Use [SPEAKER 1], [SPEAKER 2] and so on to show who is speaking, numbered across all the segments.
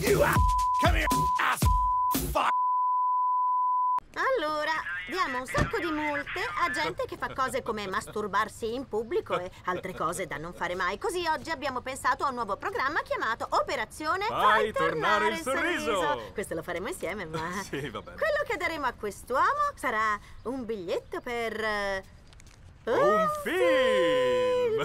[SPEAKER 1] You ass! Come here, ass! Fuck!
[SPEAKER 2] Allora, diamo un sacco di multe a gente che fa cose come masturbarsi in pubblico e altre cose da non fare mai. Così oggi abbiamo pensato a un nuovo programma chiamato Operazione
[SPEAKER 3] Fai tornare il sorriso.
[SPEAKER 2] Questo lo faremo insieme, ma...
[SPEAKER 3] Sì, va bene.
[SPEAKER 2] Quello che daremo a quest'uomo sarà un biglietto per... eh,
[SPEAKER 3] Oh, Un film!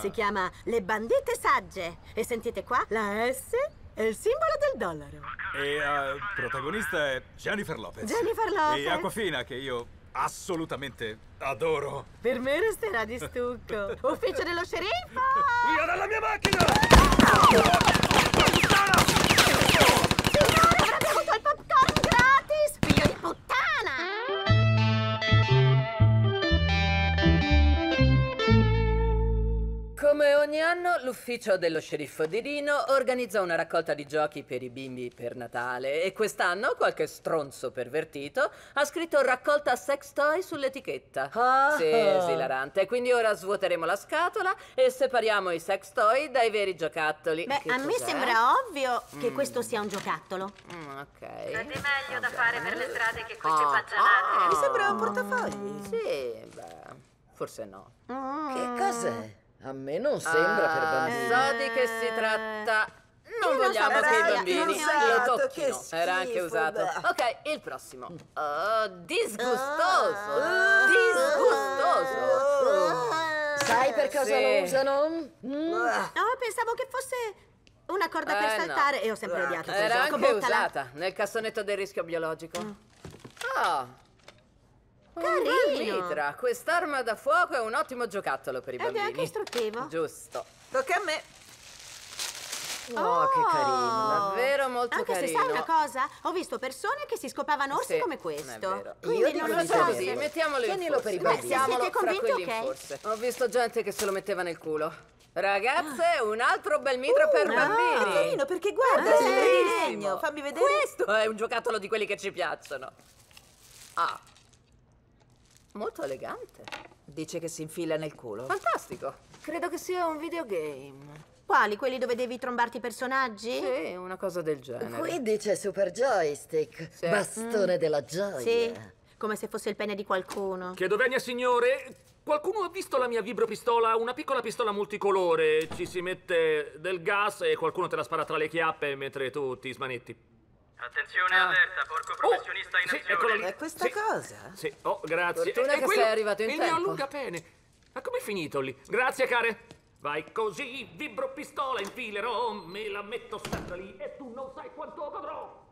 [SPEAKER 2] Si chiama Le bandite sagge. E sentite qua, la S è il simbolo del dollaro.
[SPEAKER 3] E eh, protagonista è Jennifer Lopez.
[SPEAKER 2] Jennifer Lopez.
[SPEAKER 3] E Aquafina, che io assolutamente adoro.
[SPEAKER 2] Per me resterà di stucco. Ufficio dello sceriffo!
[SPEAKER 3] Via dalla mia macchina!
[SPEAKER 2] Signore, avrà bevuto il popcorn gratis! Mm. Figlio di puttana!
[SPEAKER 4] Come ogni anno, l'ufficio dello sceriffo di Rino organizza una raccolta di giochi per i bimbi per Natale e quest'anno qualche stronzo pervertito ha scritto raccolta sex toy sull'etichetta.
[SPEAKER 5] Ah.
[SPEAKER 4] Sì, è esilarante. Quindi ora svuoteremo la scatola e separiamo i sex toy dai veri giocattoli.
[SPEAKER 2] Beh,
[SPEAKER 4] Che
[SPEAKER 2] a me
[SPEAKER 4] cos'è?
[SPEAKER 2] sembra ovvio che questo sia un giocattolo.
[SPEAKER 4] Mm, ok.
[SPEAKER 6] Avete meglio da fare per le strade che queste
[SPEAKER 4] Ah,
[SPEAKER 6] paggianate.
[SPEAKER 4] ah.
[SPEAKER 5] Mi sembra un portafogli.
[SPEAKER 4] Sì, beh, forse no.
[SPEAKER 2] Mm.
[SPEAKER 5] Che cos'è? A me non sembra per bambini.
[SPEAKER 4] Ah, So di che si tratta.
[SPEAKER 5] Eh,
[SPEAKER 4] Non
[SPEAKER 2] Io non
[SPEAKER 4] vogliamo
[SPEAKER 2] so,
[SPEAKER 4] che i
[SPEAKER 2] dai, non
[SPEAKER 4] bambini
[SPEAKER 5] so.
[SPEAKER 4] lo
[SPEAKER 5] Che
[SPEAKER 4] tocchino.
[SPEAKER 5] schifo,
[SPEAKER 4] Era anche usato.
[SPEAKER 5] beh.
[SPEAKER 4] Ok, il prossimo. Oh, disgustoso.
[SPEAKER 2] Ah.
[SPEAKER 4] Disgustoso.
[SPEAKER 5] Sai per cosa
[SPEAKER 4] Sì. Ah.
[SPEAKER 5] lo usano? Mm.
[SPEAKER 2] Mm. No, pensavo che fosse una corda per
[SPEAKER 4] Eh, no.
[SPEAKER 2] saltare e ho sempre
[SPEAKER 5] Ah.
[SPEAKER 2] odiato quel
[SPEAKER 4] Era
[SPEAKER 2] gioco.
[SPEAKER 4] anche
[SPEAKER 2] Buttala.
[SPEAKER 4] usata nel cassonetto del rischio biologico.
[SPEAKER 2] Mm.
[SPEAKER 4] Ah. Un bel
[SPEAKER 2] Carino.
[SPEAKER 4] mitra. Quest'arma da fuoco è un ottimo giocattolo per i
[SPEAKER 2] Ed è
[SPEAKER 4] bambini.
[SPEAKER 2] anche istruttivo.
[SPEAKER 4] Giusto.
[SPEAKER 7] Tocca a me.
[SPEAKER 5] Oh, che carino.
[SPEAKER 4] Davvero molto
[SPEAKER 2] Anche
[SPEAKER 4] carino.
[SPEAKER 2] se sai una cosa, ho visto persone che si scopavano orsi
[SPEAKER 4] Sì,
[SPEAKER 2] come
[SPEAKER 4] è
[SPEAKER 2] questo.
[SPEAKER 4] vero.
[SPEAKER 2] Quindi
[SPEAKER 5] Io dico
[SPEAKER 2] non
[SPEAKER 5] di
[SPEAKER 2] lo so.
[SPEAKER 5] sì.
[SPEAKER 4] Così, mettiamolo in
[SPEAKER 5] Tienilo per
[SPEAKER 4] forse.
[SPEAKER 5] i
[SPEAKER 2] Beh,
[SPEAKER 5] bambini.
[SPEAKER 2] se siete
[SPEAKER 4] Mettiamolo fra
[SPEAKER 2] convinti,
[SPEAKER 4] quelli in
[SPEAKER 2] ok.
[SPEAKER 4] forse. Ho visto gente che se lo metteva nel culo.
[SPEAKER 2] Ah.
[SPEAKER 4] Ragazze, un altro bel mitra per
[SPEAKER 2] no.
[SPEAKER 7] È
[SPEAKER 4] bambini.
[SPEAKER 7] carino Ah, perché
[SPEAKER 4] Ah,
[SPEAKER 7] guarda,
[SPEAKER 2] Eh,
[SPEAKER 7] sembra di
[SPEAKER 2] bellissimo.
[SPEAKER 7] legno. Fammi vedere.
[SPEAKER 4] Questo è un giocattolo di quelli che ci piacciono. Ah. Molto elegante.
[SPEAKER 7] Dice che si infila nel culo.
[SPEAKER 4] Fantastico. Credo che sia un videogame.
[SPEAKER 2] Quali? Quelli dove devi trombarti i personaggi?
[SPEAKER 4] Sì, una cosa del genere.
[SPEAKER 5] Quindi c'è Super Joystick,
[SPEAKER 4] Sì. Mm.
[SPEAKER 5] bastone della gioia.
[SPEAKER 2] Sì, Come se fosse il pene di qualcuno.
[SPEAKER 8] Chiedo venia, signore. Qualcuno ha visto la mia vibropistola? Una piccola pistola multicolore. Ci si mette del gas e qualcuno te la spara tra le chiappe mentre tu ti smanetti. Oh,
[SPEAKER 9] Attenzione
[SPEAKER 4] Ah.
[SPEAKER 9] allerta, porco professionista in
[SPEAKER 8] sì,
[SPEAKER 9] azione.
[SPEAKER 8] eccolo lì.
[SPEAKER 7] È questa
[SPEAKER 8] Sì.
[SPEAKER 7] cosa?
[SPEAKER 8] Sì, oh, grazie.
[SPEAKER 4] Fortuna
[SPEAKER 8] E- e
[SPEAKER 4] che
[SPEAKER 8] quello-
[SPEAKER 4] sei arrivato in
[SPEAKER 8] il
[SPEAKER 4] tempo.
[SPEAKER 8] mio allungapene. Ma com'è finito lì? Grazie, care. Vai così, vibropistola, infilerò, me la metto sempre lì e tu non sai quanto godrò.